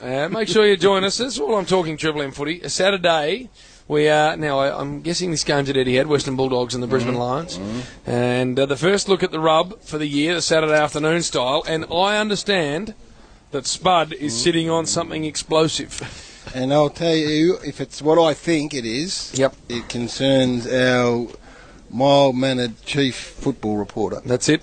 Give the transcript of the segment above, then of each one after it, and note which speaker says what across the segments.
Speaker 1: Uh, make sure you join us. That's all I'm talking Triple M footy. Saturday, we are now. I, I'm guessing this game's at Etihad, Western Bulldogs and the Brisbane
Speaker 2: Mm-hmm.
Speaker 1: Lions, and uh, the first look at the rub for the year, the Saturday afternoon style. And I understand that Spud is
Speaker 2: Mm-hmm.
Speaker 1: sitting on something explosive.
Speaker 2: And I'll tell you, if it's what I think it is,
Speaker 1: Yep.
Speaker 2: it concerns our mild mannered chief football reporter.
Speaker 1: That's it.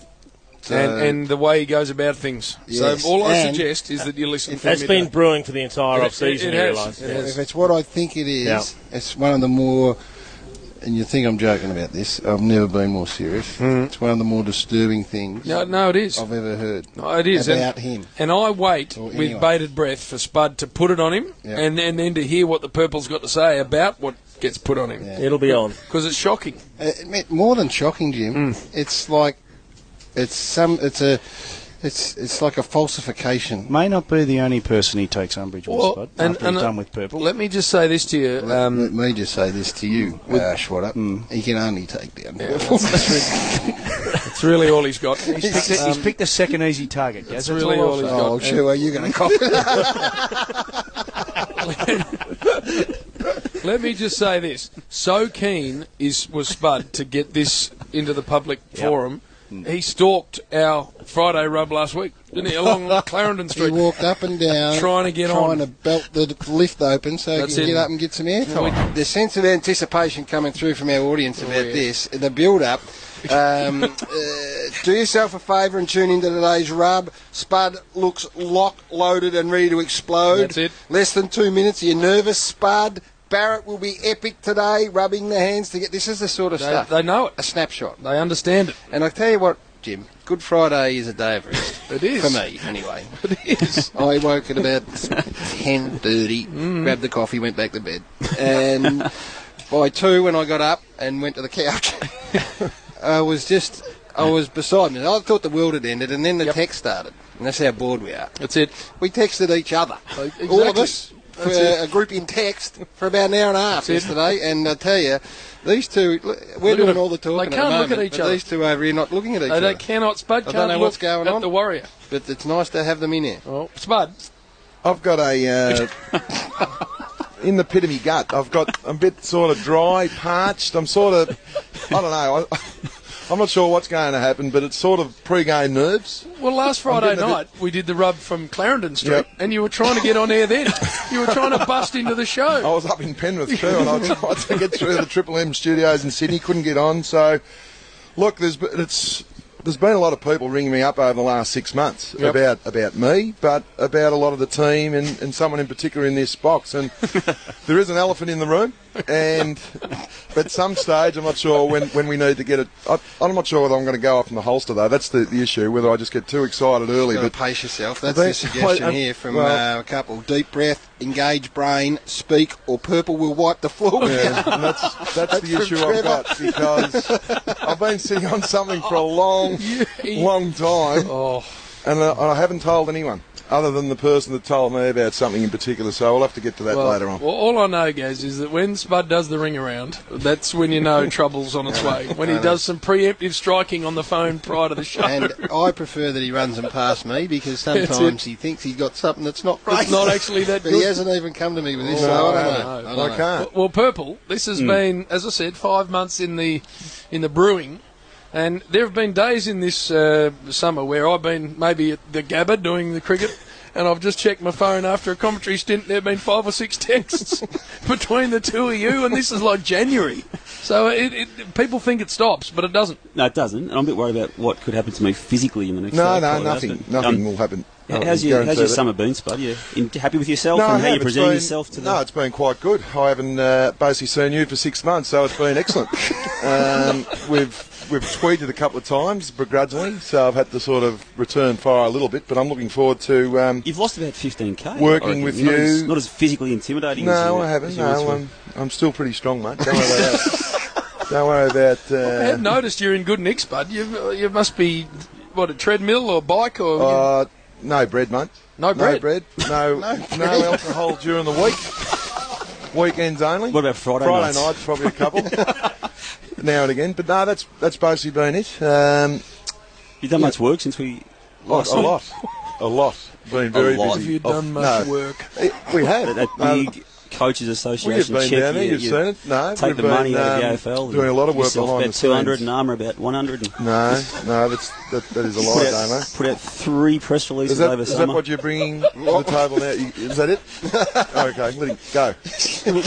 Speaker 2: So-
Speaker 1: and, and the way he goes about things.
Speaker 2: Yes,
Speaker 1: So all I
Speaker 2: and-
Speaker 1: suggest is that you listen.
Speaker 2: If
Speaker 1: for
Speaker 3: That's been
Speaker 1: midday.
Speaker 3: brewing for the entire
Speaker 1: It-
Speaker 3: off season.
Speaker 1: it
Speaker 3: you
Speaker 1: has.
Speaker 3: realise.
Speaker 1: It
Speaker 3: Yeah.
Speaker 1: has.
Speaker 2: If it's what I think it is,
Speaker 3: Yeah.
Speaker 2: it's one of the more, and you think I'm joking about this, I've never been more serious. It's one of the more disturbing things
Speaker 1: Hmm. No, no, it is.
Speaker 2: I've ever heard.
Speaker 1: No, it is.
Speaker 2: Oh. About
Speaker 1: and,
Speaker 2: him.
Speaker 1: And I wait
Speaker 2: Or
Speaker 1: with
Speaker 2: anyone.
Speaker 1: bated breath for Spud to put it on him
Speaker 2: Yeah.
Speaker 1: and, and then to hear what the Purple's got to say about what gets put on him.
Speaker 2: Yeah.
Speaker 3: It'll be on.
Speaker 1: Because it's shocking.
Speaker 2: Uh, it meant more than shocking,
Speaker 1: Hmm.
Speaker 2: Jim. It's like, it's some, it's a, it's it's like a falsification.
Speaker 4: May not be the only person he takes umbrage with,
Speaker 1: Well,
Speaker 4: Spud,
Speaker 1: and-
Speaker 4: after
Speaker 1: and,
Speaker 4: he's
Speaker 1: uh,
Speaker 4: done with Purple.
Speaker 1: Let me just say this to you.
Speaker 2: Let,
Speaker 1: Um, Hmm.
Speaker 2: let me just say this to you, Ash, what up? He can only take down.
Speaker 1: it's really all he's got.
Speaker 4: He's picked, a, he's picked a second easy target. Gaz. That's
Speaker 1: really
Speaker 4: all
Speaker 1: all
Speaker 4: I'll
Speaker 1: he's
Speaker 4: say.
Speaker 2: oh, sure, are you going to cop it?
Speaker 1: Let me just say this: so keen is was Spud to get this into the public forum.
Speaker 2: Mm.
Speaker 1: He stalked our Friday rub last week, didn't he? Along Clarendon
Speaker 2: He
Speaker 1: Street.
Speaker 2: walked up and down,
Speaker 1: Trying to get
Speaker 2: trying
Speaker 1: on.
Speaker 2: to belt the d- lift open so
Speaker 1: That's
Speaker 2: he
Speaker 1: it.
Speaker 2: can get up and get some air time. The sense of anticipation coming through from our audience about
Speaker 1: yeah.
Speaker 2: this, the build-up. Um, uh, do yourself a favour and tune into today's rub. Spud looks lock loaded and ready to explode.
Speaker 1: That's it.
Speaker 2: Less than two minutes. Are you nervous, Spud? Barrett will be epic today, rubbing the hands to get. This is the sort of
Speaker 1: They,
Speaker 2: stuff.
Speaker 1: they know
Speaker 2: a
Speaker 1: it.
Speaker 2: snapshot.
Speaker 1: They understand it.
Speaker 2: And I tell you what, Jim, Good Friday is a day of rest.
Speaker 1: It is.
Speaker 2: for me anyway.
Speaker 1: It is. Mm.
Speaker 2: I woke at about ten thirty, grabbed the coffee, went back to bed, and by two when I got up and went to the couch, I was just I was beside me. I thought the world had ended, and then the text started, and that's how bored we are.
Speaker 1: That's it.
Speaker 2: We texted each other,
Speaker 1: Exactly.
Speaker 2: all of us, for
Speaker 1: That's it.
Speaker 2: a group in text for about an hour and a half yesterday, and I tell you. These two, look, we're
Speaker 1: Look at
Speaker 2: doing
Speaker 1: them.
Speaker 2: all the talking
Speaker 1: They
Speaker 2: at
Speaker 1: can't
Speaker 2: the
Speaker 1: look at
Speaker 2: moment,
Speaker 1: each
Speaker 2: but
Speaker 1: other.
Speaker 2: These two over here not looking at each
Speaker 1: They,
Speaker 2: other.
Speaker 1: they cannot. Spud
Speaker 2: I
Speaker 1: can't
Speaker 2: don't know
Speaker 1: look
Speaker 2: what's going
Speaker 1: at
Speaker 2: on.
Speaker 1: the warrior.
Speaker 2: But it's nice to have them in here.
Speaker 1: Oh, Spud.
Speaker 5: I've got a uh, in the pit of my gut. I've got I'm a bit sort of dry, parched. I'm sort of I don't know. I, I'm not sure what's going to happen, but it's sort of pre-game nerves.
Speaker 1: Well, last Friday
Speaker 5: getting a
Speaker 1: night we did the rub from Clarendon Street,
Speaker 5: Yep.
Speaker 1: and you were trying to get on air then. you were trying to bust into the show.
Speaker 5: I was up in Penrith too, and I tried to get through the Triple M studios in Sydney, couldn't get on. So, look, there's b- it's there's been a lot of people ringing me up over the last six months
Speaker 1: Yep.
Speaker 5: about about me, but about a lot of the team and, and someone in particular in this box. And there is an elephant in the room, and at some stage, I'm not sure when, when we need to get it. I, I'm not sure whether I'm going to go off in the holster though. That's the, the issue. Whether I just get too excited early,
Speaker 2: You've got
Speaker 5: but
Speaker 2: to pace yourself. That's
Speaker 5: Well,
Speaker 2: the um, suggestion
Speaker 5: well,
Speaker 2: here from
Speaker 5: well-
Speaker 2: uh, a couple. Deep breath, engage brain, speak, or purple will wipe the floor with you.
Speaker 5: and that's that's the
Speaker 2: from
Speaker 5: issue
Speaker 2: Trevor.
Speaker 5: I've got because I've been sitting on something for a long, long time,
Speaker 1: Oh,
Speaker 5: and I, I haven't told anyone other than the person that told me about something in particular. So we'll have to get to that
Speaker 1: well,
Speaker 5: later on.
Speaker 1: well, all I know, Gaz, is that when Spud does the ring around, that's when you know trouble's on its way. When he does some preemptive striking on the phone prior to the show.
Speaker 2: And I prefer that he runs them past me because sometimes he thinks he's got something that's not great.
Speaker 1: It's not actually that
Speaker 2: But he
Speaker 1: good.
Speaker 2: hasn't even come to me with this,
Speaker 5: No,
Speaker 2: so I
Speaker 5: I
Speaker 2: don't
Speaker 5: don't
Speaker 2: know.
Speaker 1: know.
Speaker 2: I don't
Speaker 5: I
Speaker 2: know.
Speaker 5: can't.
Speaker 1: Well, purple. This has been, as I said, five months in the in the brewing, and there have been days in this uh, summer where I've been maybe at the Gabba doing the cricket. And I've just checked my phone after a commentary stint. There have been five or six texts between the two of you, and this is like January. So it, it, people think it stops, but it doesn't.
Speaker 6: No, it doesn't. And I'm a bit worried about what could happen to me physically in the next.
Speaker 5: No, no,
Speaker 6: day, probably,
Speaker 5: nothing,
Speaker 6: but,
Speaker 5: nothing
Speaker 6: um,
Speaker 5: will happen.
Speaker 6: h-
Speaker 5: I
Speaker 6: How's
Speaker 5: can
Speaker 6: your How's
Speaker 5: guarantee that.
Speaker 6: your summer been, Spud? You in, happy with yourself
Speaker 5: I
Speaker 6: and how
Speaker 5: have.
Speaker 6: you
Speaker 5: It's
Speaker 6: present
Speaker 5: been-
Speaker 6: yourself to the?
Speaker 5: No, it's been quite good. I haven't uh, basically seen you for six months, so it's been excellent. um, we've we've tweeted a couple of times begrudgingly, so I've had to sort of return fire a little bit. But I'm looking forward to. Um,
Speaker 6: You've lost about 15k.
Speaker 5: Working
Speaker 6: I reckon.
Speaker 5: with
Speaker 6: Not
Speaker 5: you-
Speaker 6: as, not as physically intimidating. as
Speaker 5: no,
Speaker 6: you,
Speaker 5: I
Speaker 6: as
Speaker 5: haven't.
Speaker 6: you once
Speaker 5: No, um,
Speaker 6: were.
Speaker 5: I'm, I'm still pretty strong, mate. Don't worry about that. Don't worry about.
Speaker 1: I have
Speaker 5: Uh,
Speaker 1: noticed you're in good nicks, bud. You you must be what a treadmill or bike or
Speaker 5: uh, no bread, mate.
Speaker 1: No bread?
Speaker 5: No, no, alcohol during the week. Weekends only.
Speaker 6: What about Friday
Speaker 5: Friday
Speaker 6: nights?
Speaker 5: nights, probably a couple. now and again, but no, that's that's basically been it. Um,
Speaker 6: You've done much work since we
Speaker 5: lot,
Speaker 6: last
Speaker 5: Oh, a lot. a lot. Been very
Speaker 6: lot.
Speaker 5: busy.
Speaker 1: Have you
Speaker 5: Oh,
Speaker 1: done much
Speaker 5: no. Eh,
Speaker 1: work?
Speaker 5: We have.
Speaker 6: That, that
Speaker 5: No,
Speaker 6: big
Speaker 5: we
Speaker 6: coaches
Speaker 5: have
Speaker 6: association
Speaker 5: been
Speaker 6: check.
Speaker 5: down there.
Speaker 6: you-
Speaker 5: Um, You've
Speaker 6: you
Speaker 5: seen it. No,
Speaker 6: Take
Speaker 5: we've
Speaker 6: the
Speaker 5: been,
Speaker 6: money out
Speaker 5: um,
Speaker 6: of the AFL. and
Speaker 5: Doing a lot of work
Speaker 6: yourself
Speaker 5: behind
Speaker 6: about
Speaker 5: the
Speaker 6: 200
Speaker 5: scenes.
Speaker 6: and Armour about 100. And
Speaker 5: No, no, that's that, that is a lot,
Speaker 6: put,
Speaker 5: I
Speaker 6: out, put out three press releases
Speaker 5: Is that,
Speaker 6: over
Speaker 5: is that
Speaker 6: summer.
Speaker 5: what you're bringing to the table now? You- Is that it? okay, let him go.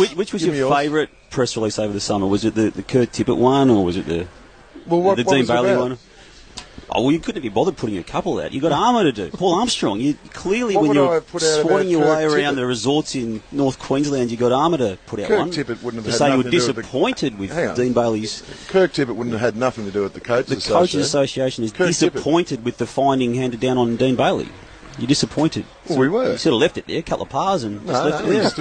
Speaker 6: which, which was
Speaker 5: Give
Speaker 6: your
Speaker 5: me yours.
Speaker 6: favourite press release over the summer? Was it the, the Kurt Tippett one or was it the,
Speaker 5: Well, what,
Speaker 6: the
Speaker 5: what
Speaker 6: Dean
Speaker 5: was it
Speaker 6: Bailey
Speaker 5: about?
Speaker 6: one? Oh, well, you couldn't be bothered putting a couple out. You've got armour to do. Paul Armstrong, you clearly,
Speaker 5: What
Speaker 6: when
Speaker 5: would I
Speaker 6: you're
Speaker 5: have put out about
Speaker 6: swatting your
Speaker 5: Kirk
Speaker 6: way around
Speaker 5: Tippett?
Speaker 6: the resorts in North Queensland, you got armour to put out
Speaker 5: Kirk
Speaker 6: one.
Speaker 5: Tippett wouldn't have
Speaker 6: to
Speaker 5: had
Speaker 6: say you were
Speaker 5: nothing to do with the-
Speaker 6: disappointed
Speaker 5: Hang on.
Speaker 6: with Dean Bailey's
Speaker 5: Kirk Tippett wouldn't have had nothing to do with the coaches.
Speaker 6: The Coaches
Speaker 5: Association.
Speaker 6: Association is
Speaker 5: Kirk Tippett.
Speaker 6: disappointed with the finding handed down on Dean Bailey. You're disappointed.
Speaker 5: Well, we were.
Speaker 6: You should have left it there, a couple of pars and just
Speaker 5: No,
Speaker 6: left
Speaker 5: no,
Speaker 6: it there.
Speaker 5: he's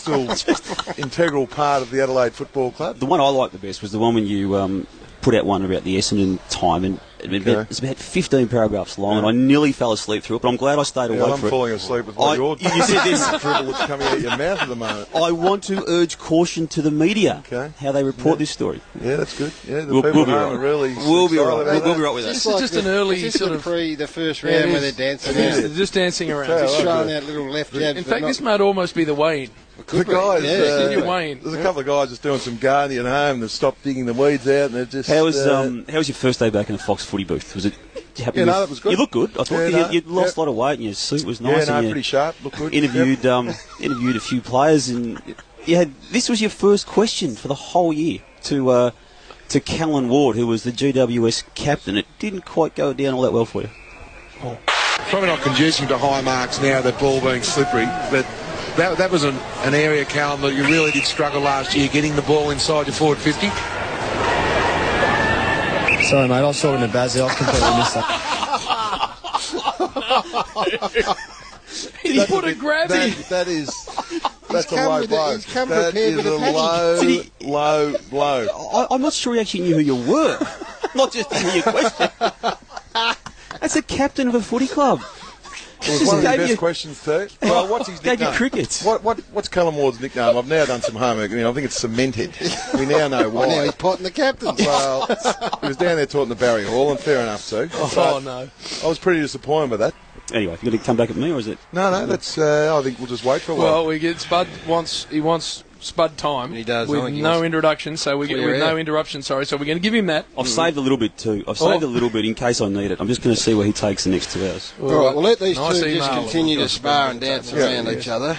Speaker 5: still, he's still integral part of the Adelaide Football Club.
Speaker 6: The one I liked the best was the one when you um, put out one about the Essendon time, and it was
Speaker 5: Okay.
Speaker 6: about, it's about 15 paragraphs long, and I nearly fell asleep through it, but I'm glad I stayed
Speaker 5: Yeah,
Speaker 6: awake
Speaker 5: I'm
Speaker 6: for
Speaker 5: falling
Speaker 6: it.
Speaker 5: asleep with
Speaker 6: I-
Speaker 5: what your
Speaker 6: you said this.
Speaker 5: dribble that's coming out your mouth at the moment.
Speaker 6: I want to urge caution to the media
Speaker 5: Okay.
Speaker 6: how they report this story.
Speaker 5: Yeah, that's good. Yeah, the
Speaker 6: We'll-
Speaker 5: people
Speaker 6: we'll be
Speaker 5: at home
Speaker 6: right.
Speaker 5: are really
Speaker 6: We'll be
Speaker 5: excited
Speaker 6: right.
Speaker 5: about
Speaker 6: We'll, we'll
Speaker 5: that.
Speaker 6: be right with
Speaker 1: This
Speaker 6: that.
Speaker 1: is just an early
Speaker 2: Is this
Speaker 1: sort
Speaker 2: the
Speaker 1: of.
Speaker 2: pre the first
Speaker 1: Yeah, it
Speaker 2: round where they're
Speaker 1: is.
Speaker 2: dancing
Speaker 1: It is.
Speaker 2: out?
Speaker 1: They're just dancing around.
Speaker 5: Yeah, I like
Speaker 2: Showing
Speaker 5: it.
Speaker 2: out little left jabs.
Speaker 1: In
Speaker 2: but
Speaker 1: fact,
Speaker 2: not-
Speaker 1: this might almost be the Wayne.
Speaker 5: The
Speaker 2: could be.
Speaker 5: guys,
Speaker 2: Yeah,
Speaker 5: uh,
Speaker 1: Can you weigh in?
Speaker 5: there's a couple of guys just doing some gardening at home. They've stopped digging the weeds out, and they're just.
Speaker 6: How was
Speaker 5: uh,
Speaker 6: um, how was your first day back in the Fox Footy booth? Was it you happy?
Speaker 5: Yeah, no,
Speaker 6: with-
Speaker 5: that was good.
Speaker 6: You look good. I thought
Speaker 5: Yeah,
Speaker 6: you,
Speaker 5: no,
Speaker 6: you lost
Speaker 5: yeah.
Speaker 6: a lot of weight, and your suit was
Speaker 5: Yeah,
Speaker 6: nice.
Speaker 5: no,
Speaker 6: and you
Speaker 5: pretty sharp. Look good.
Speaker 6: interviewed um, interviewed a few players, and you had this was your first question for the whole year to uh, to Callan Ward, who was the GWS captain. It didn't quite go down all that well for you.
Speaker 3: probably not conducive to high marks now, that ball being slippery, but that, that was an, an area, Callum, that you really did struggle last year, getting the ball inside your forward 50.
Speaker 7: Sorry, mate, I was talking to Basil. I completely missed that.
Speaker 1: He put a grab in.
Speaker 5: That, that is. That's a
Speaker 2: come
Speaker 5: low
Speaker 2: with a-
Speaker 5: blow.
Speaker 2: he's come
Speaker 5: That
Speaker 2: prepared
Speaker 5: is
Speaker 2: with a
Speaker 5: a
Speaker 2: package.
Speaker 5: low,
Speaker 6: Did
Speaker 5: low blow.
Speaker 6: I, I'm not sure he actually knew who you were, not just knew your question. That's the captain of a footy club.
Speaker 5: It was
Speaker 6: Just
Speaker 5: one of the
Speaker 6: gave
Speaker 5: best
Speaker 6: you-
Speaker 5: questions too. Well, what's his
Speaker 6: Gave you
Speaker 5: nickname?
Speaker 6: crickets.
Speaker 5: What, what, what's Callum Ward's nickname? I've now done some homework. I mean, I think it's cemented. We now know
Speaker 2: Oh, now
Speaker 5: why.
Speaker 2: he's potting the captain.
Speaker 5: Well, he was down there taunting the Barry Hall, and fair enough too.
Speaker 1: Oh, no.
Speaker 5: I was pretty disappointed with that.
Speaker 6: Anyway, you going to come back at me, or is it?
Speaker 5: No, no, that's. Uh, I think we'll just wait for a while.
Speaker 1: Well, we get Spud wants he wants Spud time.
Speaker 2: He does, I
Speaker 1: with
Speaker 2: think he
Speaker 1: no
Speaker 2: wants
Speaker 1: introduction. So we get
Speaker 2: clear
Speaker 1: with
Speaker 2: air.
Speaker 1: no interruption. Sorry, so we're going to give him that.
Speaker 6: I've
Speaker 5: Mm-hmm.
Speaker 6: saved a little bit too. I've saved
Speaker 1: Oh.
Speaker 6: a little bit in case I need it. I'm just going to see where he takes the next two hours.
Speaker 2: All right, well, let these
Speaker 1: Nice
Speaker 2: two
Speaker 1: email.
Speaker 2: just continue to spar and dance around each other.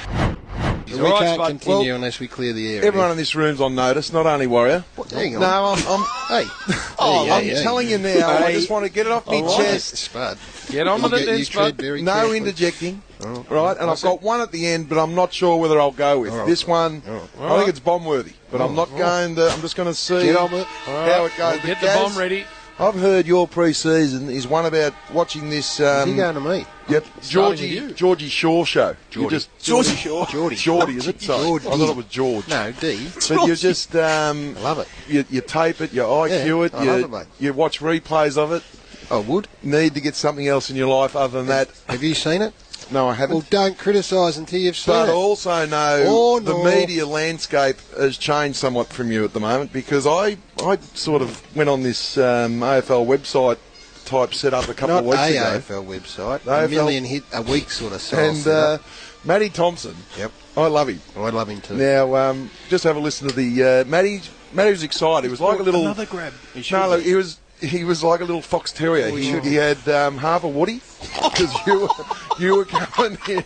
Speaker 2: We
Speaker 1: all right,
Speaker 2: can't
Speaker 1: Spud.
Speaker 2: continue
Speaker 5: Well,
Speaker 2: unless we clear the area.
Speaker 5: Everyone in this room's on notice, not only Warrior.
Speaker 2: Hang on.
Speaker 5: No, I'm. I'm
Speaker 2: Hey.
Speaker 5: Oh,
Speaker 2: Hey,
Speaker 5: I'm
Speaker 2: hey, hey.
Speaker 5: telling you now. I
Speaker 2: Hey.
Speaker 5: just want to get it off my
Speaker 2: All right,
Speaker 5: chest.
Speaker 2: Spud.
Speaker 1: Get on
Speaker 2: You
Speaker 1: with it,
Speaker 2: get-
Speaker 1: then,
Speaker 2: you
Speaker 1: Spud.
Speaker 2: tread very
Speaker 5: no
Speaker 2: carefully.
Speaker 5: interjecting,
Speaker 2: right.
Speaker 5: right? And I've got one at the end, but I'm not sure whether I'll go with
Speaker 2: All right.
Speaker 5: this one.
Speaker 2: All right. Oh,
Speaker 5: I think it's bomb worthy, but I'm not going to. I'm just going to see
Speaker 2: Get on with it.
Speaker 5: how it goes.
Speaker 1: We'll get
Speaker 5: But
Speaker 1: the
Speaker 5: Gaz,
Speaker 1: bomb ready.
Speaker 5: I've heard your pre-season is one about watching this.
Speaker 2: Is
Speaker 5: Um,
Speaker 2: he going to me?
Speaker 5: Yep,
Speaker 1: with
Speaker 5: Georgie
Speaker 1: you.
Speaker 5: Georgie Shaw show. You
Speaker 2: Geordie.
Speaker 5: just
Speaker 2: Georgie
Speaker 5: Shaw.
Speaker 2: Geordie.
Speaker 5: Geordie, is it? Sorry,
Speaker 2: Geordie.
Speaker 5: I thought it was George.
Speaker 2: No, D.
Speaker 5: But you just um,
Speaker 2: I love it.
Speaker 5: You, you tape it, you IQ
Speaker 2: Yeah,
Speaker 5: it,
Speaker 2: I
Speaker 5: you,
Speaker 2: love it, mate.
Speaker 5: you watch replays of it.
Speaker 2: I would.
Speaker 5: Need to get something else in your life other than that.
Speaker 2: Have you seen it?
Speaker 5: No, I haven't.
Speaker 2: Well, don't criticise until you've seen
Speaker 5: but
Speaker 2: it.
Speaker 5: also know
Speaker 2: Oh,
Speaker 5: the
Speaker 2: no.
Speaker 5: media landscape has changed somewhat from you at the moment because I I sort of went on this um, AFL website type setup a couple
Speaker 2: Not
Speaker 5: of weeks
Speaker 2: a
Speaker 5: ago.
Speaker 2: AFL website.
Speaker 5: AFL.
Speaker 2: A million hit a week sort of style
Speaker 5: And uh,
Speaker 2: setup.
Speaker 5: Matty Thompson,
Speaker 2: Yep.
Speaker 5: I love him.
Speaker 2: I love him too.
Speaker 5: Now, um, just have a listen to the uh, Matty. Matty was excited. He was like a little
Speaker 4: Another grab.
Speaker 5: No, look, he was he was like a little fox terrier. he, he had um, half a woody because you were, you were coming in,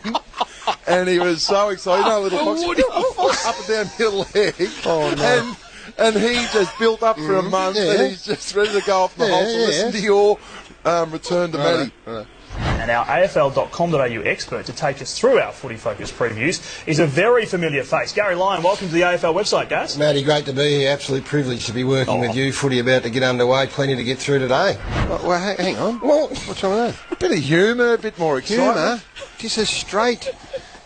Speaker 5: and he was so excited. You know, little fox, up and down your leg. Oh no. And, and he just built up for a month,
Speaker 2: yeah.
Speaker 5: and he's just ready to go off the
Speaker 2: Yeah,
Speaker 5: hole. So
Speaker 2: yeah.
Speaker 5: listen to your um, return to Matty.
Speaker 8: And our AFL.com.au expert to take us through our footy focus previews is a very familiar face. Gary Lyon, welcome to the AFL website, guys.
Speaker 7: Matty, great to be here. Absolute privilege to be working with you. Footy about to get underway. Plenty to get through today.
Speaker 2: Oh, well, ha- hang on.
Speaker 5: Well,
Speaker 2: What's wrong with
Speaker 5: a bit of humour, a bit more
Speaker 2: that? Humour.
Speaker 5: excitement.
Speaker 2: Just a straight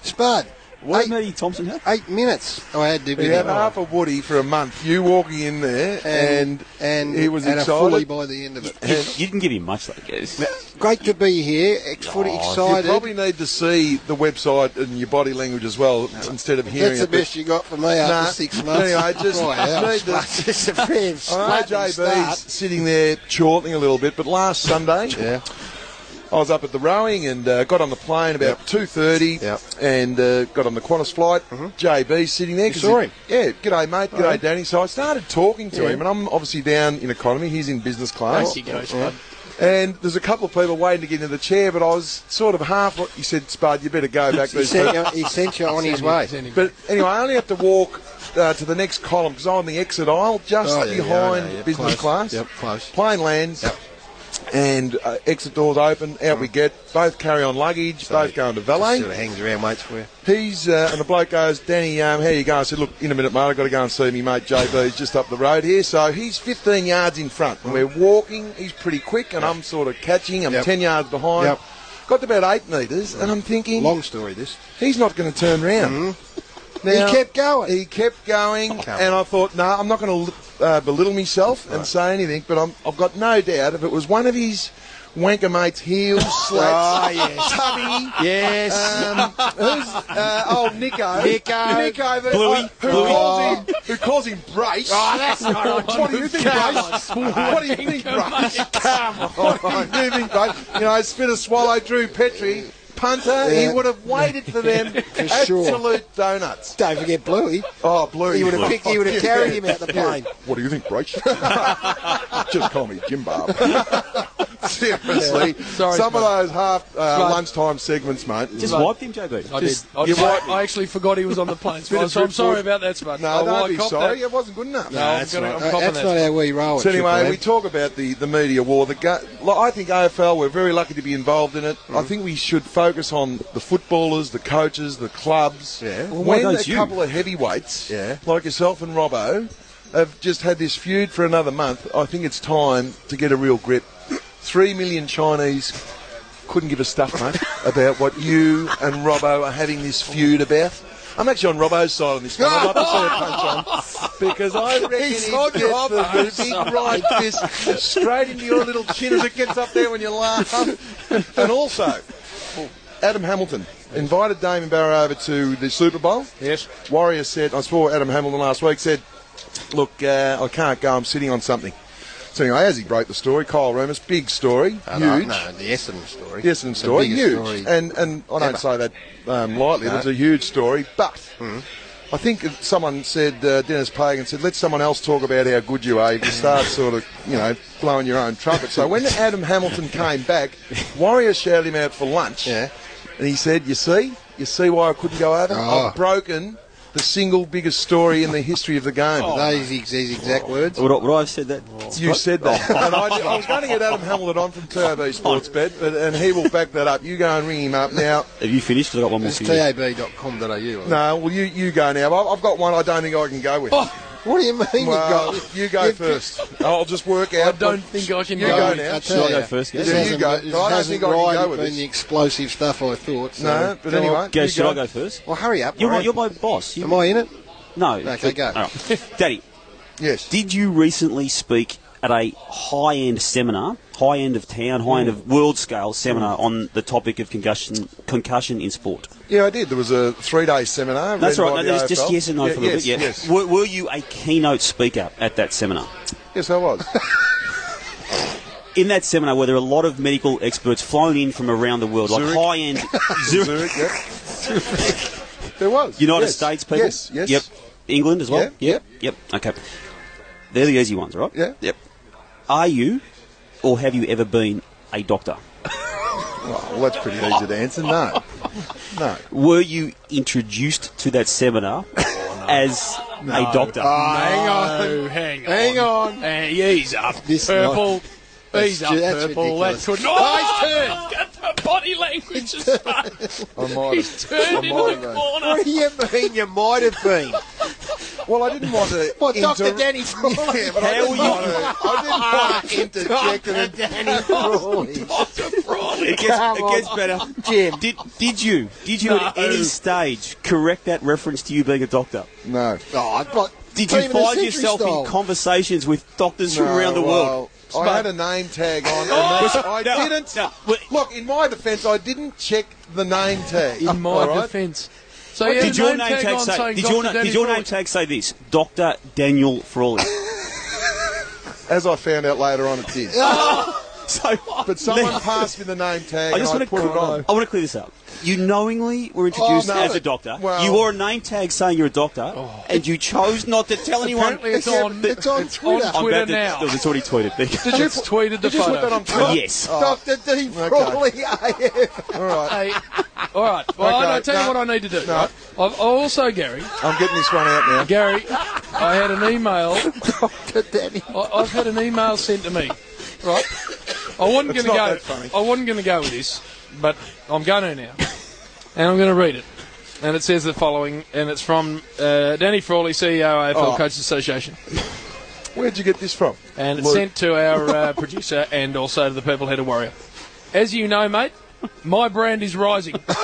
Speaker 2: Spud.
Speaker 6: What
Speaker 2: eight,
Speaker 6: did Matty Thompson have?
Speaker 2: eight minutes. Oh, I had to be
Speaker 5: He had
Speaker 2: there.
Speaker 5: half a woody for a month. You walking in there, and
Speaker 2: and and
Speaker 5: he was
Speaker 2: and a
Speaker 5: excited.
Speaker 2: fully by the end of it.
Speaker 6: You, you didn't give him much, though, guys.
Speaker 2: Great to be here. Ex- footy
Speaker 5: You
Speaker 2: excited.
Speaker 5: probably need to see the website and your body language as well instead of hearing
Speaker 2: That's
Speaker 5: it.
Speaker 2: the best you got for me after
Speaker 5: Nah.
Speaker 2: six months.
Speaker 5: Anyway, just
Speaker 2: Cry out,
Speaker 5: need to-
Speaker 2: Spud. It's a fair
Speaker 5: I know
Speaker 2: slap and
Speaker 5: JB's
Speaker 2: start.
Speaker 5: sitting there chortling a little bit, but last Sunday, I was up at the rowing and uh, got on the plane about two thirty,
Speaker 2: Yep. Mm-hmm.
Speaker 5: and uh, got on the Qantas flight. JB sitting there. 'cause
Speaker 2: saw
Speaker 5: he-
Speaker 2: him?
Speaker 5: Yeah, g'day mate, g'day Danny. So I started talking to him, and I'm obviously down in economy. He's in business class. And there's a couple of people waiting to get into the chair, but I was sort of half. He said, "Spud, you better go back."
Speaker 2: He
Speaker 5: These
Speaker 2: sent
Speaker 5: people.
Speaker 2: you, uh, he sent you on his way.
Speaker 5: But anyway, I only have to walk uh, to the next column because I'm on the exit aisle, just
Speaker 2: Oh, yeah, yeah, I know,
Speaker 5: behind
Speaker 2: yeah, close.
Speaker 5: business class.
Speaker 2: Yep, close.
Speaker 5: Plane lands, and uh, exit doors open. Out we get. Both carry on luggage. both go into valet.
Speaker 2: Mm. Just sort of hangs around, waits for you.
Speaker 5: He's uh, and the bloke goes, Danny, um, how you going? I said, look, in a minute, mate, I've got to go and see me mate JB's just up the road here. So he's 15 yards in front, and we're walking. He's pretty quick, and I'm sort of catching. I'm
Speaker 2: Mm. Yep.
Speaker 5: 10 yards behind.
Speaker 2: Yep.
Speaker 5: Got to about eight metres, and I'm thinking,
Speaker 2: Long Mm. story, this.
Speaker 5: he's not going to turn round. Now,
Speaker 2: he kept going.
Speaker 5: He kept going,
Speaker 2: Come
Speaker 5: and I thought, no, I'm not going to uh, belittle myself and say anything, but I'm, I've got no doubt if it was one of his wanker mates' heels, slats,
Speaker 2: Oh, yes.
Speaker 5: tubby,
Speaker 2: Yes.
Speaker 5: um, who's uh, old Nico?
Speaker 2: Nico.
Speaker 5: Nico. That,
Speaker 6: Bluey.
Speaker 5: uh, who,
Speaker 6: Bluey.
Speaker 5: Calls him, who calls him Brace?
Speaker 2: oh, that's not on.
Speaker 5: what do you think, Brace? what do you think, Brace? What do you think, Brace? You know, spit a swallow, Drew Petrie, punter.
Speaker 2: Yeah.
Speaker 5: He would have waited for them.
Speaker 2: sure.
Speaker 5: Absolute donuts.
Speaker 2: Don't forget Bluey.
Speaker 5: Oh, Bluey.
Speaker 2: He would have picked. He would have carried him out the plane.
Speaker 5: What do you think, Brace? Just call me Jim Bob. Seriously,
Speaker 1: Sorry,
Speaker 5: some of those half uh,
Speaker 1: Right.
Speaker 5: lunchtime segments, mate.
Speaker 6: Just wiped him, JB.
Speaker 1: I did. I,
Speaker 5: you
Speaker 1: just-
Speaker 5: wiped me.
Speaker 1: I actually forgot he was on the plane.
Speaker 5: bit
Speaker 1: so
Speaker 5: of
Speaker 1: I'm
Speaker 5: driftwood.
Speaker 1: sorry about that, Spud.
Speaker 5: No,
Speaker 1: I- well, I
Speaker 5: don't be
Speaker 1: copped
Speaker 5: sorry.
Speaker 1: that.
Speaker 5: It wasn't good enough.
Speaker 1: No,
Speaker 2: that's
Speaker 1: I'm gonna-
Speaker 2: not,
Speaker 1: I'm copping
Speaker 2: that's
Speaker 1: that.
Speaker 2: not how we roll. at
Speaker 5: So anyway,
Speaker 2: Triple
Speaker 5: we
Speaker 2: M.
Speaker 5: talk about the, the media war. The gu- lo- I think AFL we're very lucky to be involved in it. I think we should focus on the footballers, the coaches, the clubs.
Speaker 2: Yeah. Well,
Speaker 6: why
Speaker 5: when a
Speaker 6: don't you?
Speaker 5: couple of heavyweights
Speaker 2: Yeah.
Speaker 5: like yourself and Robbo have just had this feud for another month, I think it's time to get a real grip. Three million Chinese couldn't give a stuff, mate, about what you and Robbo are having this feud about. I'm actually on Robbo's side on this one. I'd like to see a punch on because I reckon
Speaker 2: He's
Speaker 5: he
Speaker 2: on
Speaker 5: gets the, the big right fist straight into your little chin as it gets up there when you laugh. And also, Adam Hamilton invited Damon Barrow over to the Super Bowl.
Speaker 1: Yes.
Speaker 5: Warrior said, I saw Adam Hamilton last week, said, Look, uh, I can't go, I'm sitting on something. So, anyway, as he broke the story, Kyle Remus, big story,
Speaker 2: Oh, no,
Speaker 5: huge.
Speaker 2: No, the Essendon story.
Speaker 5: Yes, and
Speaker 2: The
Speaker 5: story,
Speaker 2: biggest
Speaker 5: huge.
Speaker 2: story.
Speaker 5: And and I don't
Speaker 2: ever.
Speaker 5: say that um, lightly. It was a huge story, but
Speaker 2: Hmm.
Speaker 5: I think if someone said uh, Dennis Pagan said, "Let someone else talk about how good you are." You start
Speaker 2: Hmm.
Speaker 5: sort of you know blowing your own trumpet. So when Adam Hamilton came back, Warrior shouted him out for lunch,
Speaker 2: Yeah.
Speaker 5: and he said, "You see, you see why I couldn't go over.
Speaker 2: Oh.
Speaker 5: I've broken." The single biggest story in the history of the game.
Speaker 2: Those his, his exact words.
Speaker 6: Would I, would I have said that?
Speaker 5: You said
Speaker 6: Oh.
Speaker 5: that. and I, I was going to get Adam Hamilton on from TRB Sports Bet, but, and he will back that up. You go and ring him up now.
Speaker 6: Have you finished? 'Cause i got one more
Speaker 2: It's
Speaker 6: for you.
Speaker 2: tab.com.au. I think.
Speaker 5: No, well, you, you go now. I've, I've got one I don't think I can go with.
Speaker 6: Oh,
Speaker 2: What do you mean you
Speaker 5: well,
Speaker 2: got?
Speaker 5: you go
Speaker 2: you've-
Speaker 5: first. I'll just work out.
Speaker 1: I don't think I can
Speaker 5: You
Speaker 1: go.
Speaker 5: go
Speaker 2: I
Speaker 5: now.
Speaker 2: tell
Speaker 6: Shall I go
Speaker 2: you,
Speaker 6: first,
Speaker 2: This
Speaker 5: yeah? Yeah, you
Speaker 2: hasn't,
Speaker 5: go.
Speaker 2: this
Speaker 5: But I don't
Speaker 2: hasn't
Speaker 5: think I can
Speaker 2: really
Speaker 5: go with
Speaker 2: been
Speaker 5: this.
Speaker 2: the explosive stuff I thought. So.
Speaker 5: No, but anyway.
Speaker 6: Go,
Speaker 5: you
Speaker 6: should
Speaker 5: go.
Speaker 6: I go first?
Speaker 2: Well, hurry up.
Speaker 6: You're,
Speaker 2: Warren.
Speaker 6: my- you're my boss. You,
Speaker 2: Am I in it?
Speaker 6: no.
Speaker 2: Okay, go.
Speaker 6: All right. Daddy,
Speaker 5: Yes.
Speaker 6: Did you recently speak at a high end seminar, high end of town, high end of
Speaker 5: Hmm.
Speaker 6: world scale seminar on the topic of concussion concussion in sport?
Speaker 5: Yeah, I did. There was a three day seminar.
Speaker 6: That's
Speaker 5: ran
Speaker 6: right.
Speaker 5: by
Speaker 6: No,
Speaker 5: the
Speaker 6: there's just
Speaker 5: AFL.
Speaker 6: yes and no
Speaker 5: Yeah,
Speaker 6: for a little
Speaker 5: yes,
Speaker 6: bit. Yeah.
Speaker 5: Yes.
Speaker 6: Were, were you a keynote speaker at that seminar?
Speaker 5: yes, I was.
Speaker 6: In that seminar, were there a lot of medical experts flown in from around the world, like
Speaker 5: Zurich.
Speaker 6: high end Zurich,
Speaker 5: Zurich, yep. there was.
Speaker 6: United
Speaker 5: Yes.
Speaker 6: States people?
Speaker 5: Yes, yes.
Speaker 6: Yep. England as well?
Speaker 5: Yeah,
Speaker 6: Yep. Yep. Okay. They're the easy ones, right?
Speaker 5: Yeah.
Speaker 6: Yep. Are you or have you ever been a doctor?
Speaker 5: Well, that's pretty easy to answer. No. No.
Speaker 6: Were you introduced to that seminar
Speaker 5: Oh,
Speaker 6: as a doctor?
Speaker 5: Ah,
Speaker 1: Hang on, hang on,
Speaker 2: Hang on.
Speaker 1: Uh, yeah, he's up.
Speaker 2: This
Speaker 1: purple.
Speaker 2: That's
Speaker 1: he's
Speaker 2: ju-
Speaker 1: up.
Speaker 2: that's
Speaker 1: purple.
Speaker 2: ridiculous.
Speaker 1: That could not. Oh, he's turned. Get the body language is fun.
Speaker 5: I might have.
Speaker 1: He's turned
Speaker 5: I
Speaker 1: into
Speaker 5: might
Speaker 1: the
Speaker 5: have.
Speaker 1: corner.
Speaker 2: What do you mean you might have been?
Speaker 5: Well, I didn't want to.
Speaker 2: What, Dr.
Speaker 5: inter-
Speaker 2: Danny Crawley?
Speaker 5: Yeah, but I
Speaker 6: How
Speaker 5: didn't
Speaker 6: you-
Speaker 5: want to. I didn't want to interject.
Speaker 2: Danny Crawley.
Speaker 6: it, gets, it gets better.
Speaker 2: Jim.
Speaker 6: Did, did you? Did you at
Speaker 1: No.
Speaker 6: any stage correct that reference to you being a doctor?
Speaker 5: No.
Speaker 2: Oh, I thought-
Speaker 6: Did
Speaker 2: not
Speaker 6: you
Speaker 2: even a
Speaker 6: find
Speaker 2: century
Speaker 6: yourself
Speaker 2: style.
Speaker 6: in conversations with doctors from around the world? Oh!
Speaker 5: well, I had a name tag on, and I
Speaker 6: No,
Speaker 5: didn't.
Speaker 6: no, wait.
Speaker 5: Look, in my defence, I didn't check the name tag.
Speaker 1: In my
Speaker 5: all right?
Speaker 1: defence. So he had
Speaker 6: Did
Speaker 1: a
Speaker 6: your name tag
Speaker 1: on
Speaker 6: say?
Speaker 1: saying
Speaker 6: Did
Speaker 1: Dr.
Speaker 6: your, na-
Speaker 1: Danny
Speaker 6: did your name
Speaker 1: Crawley.
Speaker 6: tag say this? Doctor Daniel Frawley.
Speaker 5: As I found out later on, it did.
Speaker 6: So,
Speaker 5: But someone
Speaker 6: now-
Speaker 5: passed me the name tag.
Speaker 6: I just
Speaker 5: and
Speaker 6: want
Speaker 5: I
Speaker 6: to.
Speaker 5: put it on.
Speaker 6: I want to clear this up. You knowingly were introduced
Speaker 5: Oh, no.
Speaker 6: as a doctor.
Speaker 5: Well- Oh.
Speaker 6: you wore a name tag saying you're a doctor, and you chose not to tell anyone.
Speaker 1: Apparently it's
Speaker 5: It's-
Speaker 1: on,
Speaker 5: it's on Twitter.
Speaker 1: on
Speaker 6: I'm
Speaker 1: Twitter
Speaker 6: glad that-
Speaker 1: now.
Speaker 6: that It's already tweeted. There you go.
Speaker 1: Did you tweeted the
Speaker 5: Did you put that
Speaker 1: photo?
Speaker 5: on Twitter?
Speaker 6: yes.
Speaker 7: Dr. D. Probably AF.
Speaker 5: All right.
Speaker 1: Hey, all right. Well,
Speaker 5: Okay,
Speaker 1: I- I'll tell you
Speaker 5: no.
Speaker 1: what I need to do.
Speaker 5: No.
Speaker 1: right? I've also, Gary,
Speaker 5: I'm getting this one out now.
Speaker 1: Gary, I had an email.
Speaker 7: Dr. Danny.
Speaker 1: I, I've had an email sent to me. Right. I wasn't going
Speaker 5: It's
Speaker 1: to
Speaker 5: not
Speaker 1: go.
Speaker 5: that funny.
Speaker 1: I wasn't going to go with this, but I'm going to now, and I'm going to read it. And it says the following, and it's from uh, Danny Frawley, CEO AFL
Speaker 5: Oh.
Speaker 1: Coaches Association,
Speaker 5: Where'd you get this from?
Speaker 1: and it's
Speaker 5: Luke.
Speaker 1: sent to our uh, producer and also to the Purple Headed Warrior. As you know, mate. My brand is rising.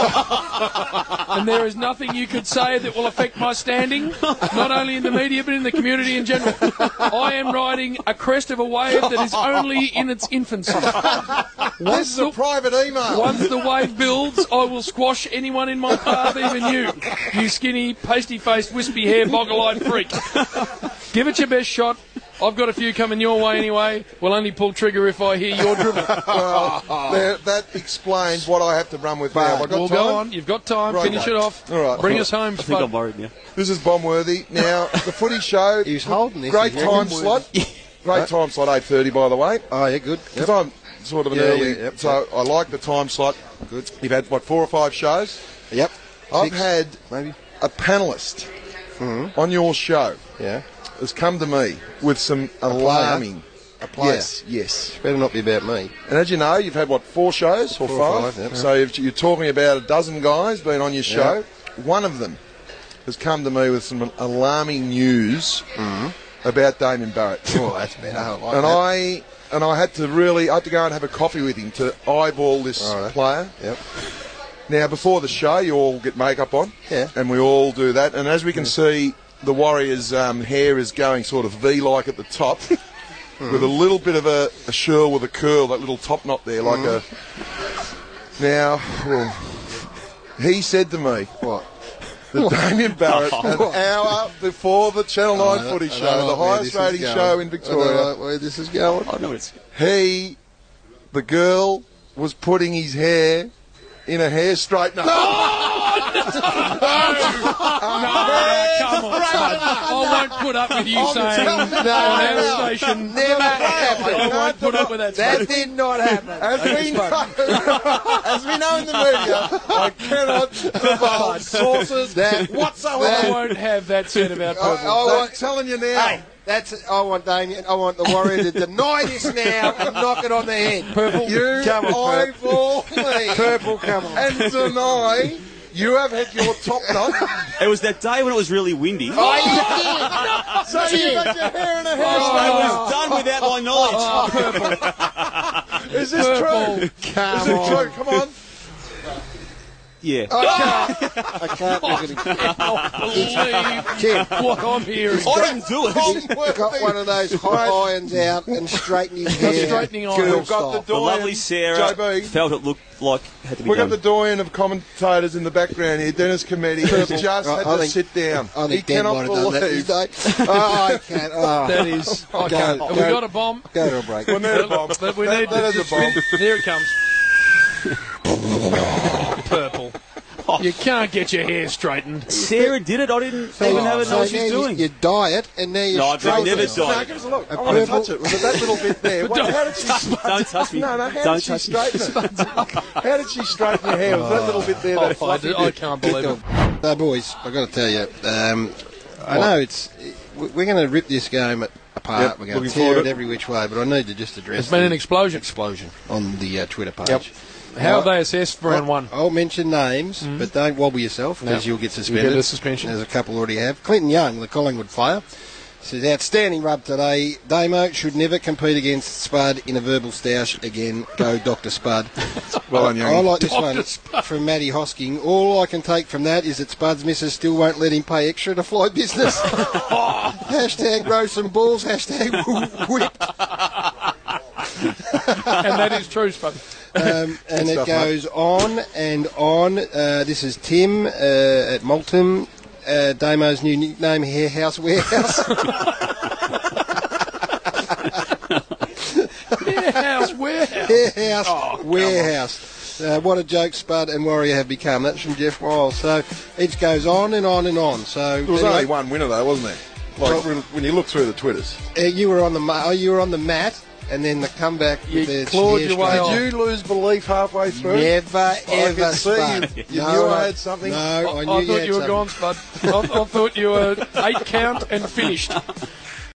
Speaker 1: and there is nothing you could say that will affect my standing, not only in the media, but in the community in general. I am riding a crest of a wave that is only in its infancy.
Speaker 5: This is a private email.
Speaker 1: Once the wave builds, I will squash anyone in my path, even you, you skinny, pasty faced, wispy haired, boggle eyed freak. Give it your best shot. I've got a few coming your way anyway. We'll only pull trigger if I hear your dribble.
Speaker 5: Well, there, that explains what I have to run with now. Have I got
Speaker 1: we'll
Speaker 5: time?
Speaker 1: go on. You've got time.
Speaker 5: Right,
Speaker 1: Finish
Speaker 5: mate.
Speaker 1: it off.
Speaker 5: All right.
Speaker 1: Bring us home,
Speaker 6: I think I'm
Speaker 1: Spud.
Speaker 6: worried now.
Speaker 5: This is Bomworthy. Now, the footy show.
Speaker 2: He was holding this,
Speaker 5: Great
Speaker 2: he was
Speaker 5: time
Speaker 2: holding
Speaker 5: slot. Great time slot, 8.30, by the way.
Speaker 2: Oh, yeah, good.
Speaker 5: Because
Speaker 2: Yep.
Speaker 5: I'm sort of an
Speaker 2: Yeah,
Speaker 5: early,
Speaker 2: yeah, yep,
Speaker 5: so I like the time slot. Good. You've had what four or five shows.
Speaker 2: Yep.
Speaker 5: I've
Speaker 2: Six,
Speaker 5: had
Speaker 2: maybe. Mm-hmm.
Speaker 5: a panelist on your show
Speaker 2: Yeah.
Speaker 5: has come to me with some alarming.
Speaker 2: A place.
Speaker 5: Yes, yes.
Speaker 2: Better not be about me.
Speaker 5: And as you know, you've had what four shows or
Speaker 2: Four or
Speaker 5: five.
Speaker 2: five, yep.
Speaker 5: So you've, you're talking about a dozen guys being on your show. One of them has come to me with some alarming news
Speaker 2: Mm-hmm.
Speaker 5: about Damien Barrett.
Speaker 2: Oh, that's better. I like
Speaker 5: and
Speaker 2: that.
Speaker 5: I and I had to really, I had to go and have a coffee with him to eyeball this
Speaker 2: All right.
Speaker 5: player.
Speaker 2: Yep.
Speaker 5: Now, before the show, you all get makeup on,
Speaker 2: Yeah. Mm.
Speaker 5: and we all do that. And as we can see, the Warriors' um, hair is going sort of V-like at the top, Mm. with a little bit of a, a shirl with a curl, that little top knot there, like
Speaker 2: Mm.
Speaker 5: a. Now, well, he said to me
Speaker 2: What?
Speaker 5: that Damien Barrett, an hour before the Channel Nine
Speaker 2: I-
Speaker 5: Footy
Speaker 2: I don't
Speaker 5: Show, the
Speaker 2: like where
Speaker 5: highest
Speaker 2: this is
Speaker 5: rating
Speaker 2: going.
Speaker 5: show in
Speaker 2: I
Speaker 5: Victoria,
Speaker 2: don't like where this is going.
Speaker 6: I know it's.
Speaker 5: he, the girl, was putting his hair in a hair straightener.
Speaker 1: Oh, come on, Spud. I won't put up with you saying on our station.
Speaker 5: Never happened.
Speaker 1: I won't put up with that.
Speaker 7: That
Speaker 1: Spud.
Speaker 7: did not happen.
Speaker 5: As we, know, as we know in the media, I cannot provide sources that
Speaker 1: I
Speaker 5: whatsoever.
Speaker 1: won't have that said about
Speaker 5: I,
Speaker 1: Purple.
Speaker 5: am telling you now.
Speaker 7: Hey, that's. I want Damien. I want the Warrior to deny this now and knock it on the head.
Speaker 1: Purple.
Speaker 5: You
Speaker 7: Come on, Purp.
Speaker 5: eyeball me
Speaker 7: Purple, come on.
Speaker 5: and deny you have had your top knot.
Speaker 6: It was that day when it was really windy.
Speaker 5: Oh. so you got your hair in a hair straightener.
Speaker 6: I was done without my
Speaker 5: Oh.
Speaker 6: knowledge.
Speaker 5: Is this
Speaker 1: Purple.
Speaker 5: true? Is
Speaker 7: Come
Speaker 5: it
Speaker 7: on.
Speaker 5: true? Come on.
Speaker 6: Yeah.
Speaker 5: Oh.
Speaker 7: I can't look at him.
Speaker 1: Oh, Believe
Speaker 7: Jim,
Speaker 1: what I'm hearing.
Speaker 6: I didn't do
Speaker 5: Oh.
Speaker 6: it.
Speaker 7: got one of those hot irons out and straighten his
Speaker 1: Got
Speaker 7: hair.
Speaker 1: straightening iron.
Speaker 7: Girl,
Speaker 5: We've got the
Speaker 7: style.
Speaker 6: The
Speaker 5: Doyen,
Speaker 6: lovely Sarah
Speaker 5: JB.
Speaker 6: felt it looked like had to be
Speaker 5: We've got
Speaker 6: done.
Speaker 5: the doyen of commentators in the background here, Dennis Cometti, who's just had
Speaker 7: I- I
Speaker 5: to
Speaker 7: think-
Speaker 5: sit down.
Speaker 7: I
Speaker 5: he
Speaker 7: think Dan
Speaker 5: cannot
Speaker 7: might have done that
Speaker 5: believe.
Speaker 7: this day. Oh, I can't. Oh.
Speaker 1: That is. I can't. Have we got a bomb?
Speaker 7: Go to a break.
Speaker 5: Well, there's a bomb.
Speaker 1: But we
Speaker 5: That-
Speaker 1: need
Speaker 5: that
Speaker 1: to
Speaker 5: is a bomb.
Speaker 1: There it comes. Purple. You can't get your hair straightened.
Speaker 6: Sarah did it. I didn't
Speaker 2: Oh,
Speaker 6: even have it know
Speaker 7: So
Speaker 6: what she
Speaker 7: now you-
Speaker 6: was doing.
Speaker 7: You dye it and now you
Speaker 6: No, I've
Speaker 7: straighten
Speaker 6: never
Speaker 7: it.
Speaker 6: dyed
Speaker 5: No, give us a look. I want to
Speaker 7: purple-
Speaker 5: touch it. Was it that little bit there? What, how did she
Speaker 6: Don't touch me.
Speaker 5: No, no, how did
Speaker 6: Don't
Speaker 5: she
Speaker 6: touch me.
Speaker 5: straighten it? How did she straighten your hair? Was that little bit there?
Speaker 1: Oh,
Speaker 5: That
Speaker 1: I,
Speaker 5: fluffy
Speaker 1: I
Speaker 5: bit?
Speaker 1: can't believe it.
Speaker 2: So, boys, i got to tell you, um, I know it's. we- We're going to rip this game a- apart.
Speaker 5: Yep,
Speaker 2: we're going
Speaker 5: looking
Speaker 2: to
Speaker 5: forward
Speaker 2: tear it
Speaker 5: to it.
Speaker 2: every which way, but I need to just address
Speaker 1: It's been an
Speaker 2: the
Speaker 1: explosion.
Speaker 2: explosion on the uh, Twitter page.
Speaker 5: Yep.
Speaker 1: How have they assessed for round one?
Speaker 2: I'll mention names, but don't wobble yourself because you'll get suspended.
Speaker 1: You get a suspension.
Speaker 2: There's a couple already have. Clinton Young, the Collingwood player, says outstanding rub today. Damo should never compete against Spud in a verbal stoush again. Go, Doctor Spud.
Speaker 5: Well done,
Speaker 2: I
Speaker 5: Young.
Speaker 2: like this one from Matty Hosking. All I can take from that is that Spud's missus still won't let him pay extra to fly business. hashtag grow some balls. Hashtag whip.
Speaker 1: and that is true, Spud.
Speaker 2: Um, and it
Speaker 5: stuff,
Speaker 2: goes on and on. Uh, this is Tim uh, at Malton. Uh, Damo's new nickname, Hair House Warehouse.
Speaker 1: House where?
Speaker 2: Warehouse.
Speaker 5: Oh,
Speaker 2: warehouse. Uh, what a joke Spud and Warrior have become. That's from Jeff Wiles. So it goes on and on and on. So
Speaker 5: There was
Speaker 2: anyway,
Speaker 5: only one winner though, wasn't there? Like when, when you look through the twitters,
Speaker 2: uh, you were on the ma- oh, you were on the mat, and then the comeback.
Speaker 1: You
Speaker 2: with the
Speaker 1: clawed
Speaker 2: hair
Speaker 1: your way
Speaker 2: straight.
Speaker 1: on.
Speaker 5: did you lose belief halfway through?
Speaker 2: Never ever
Speaker 5: could see
Speaker 2: Spud.
Speaker 5: you- you knew I had something.
Speaker 2: No,
Speaker 1: I,
Speaker 2: Oh, I, knew
Speaker 1: I
Speaker 2: you
Speaker 1: thought
Speaker 2: had
Speaker 1: you were
Speaker 2: something.
Speaker 1: gone, Spud. I, I thought you were eight count and finished.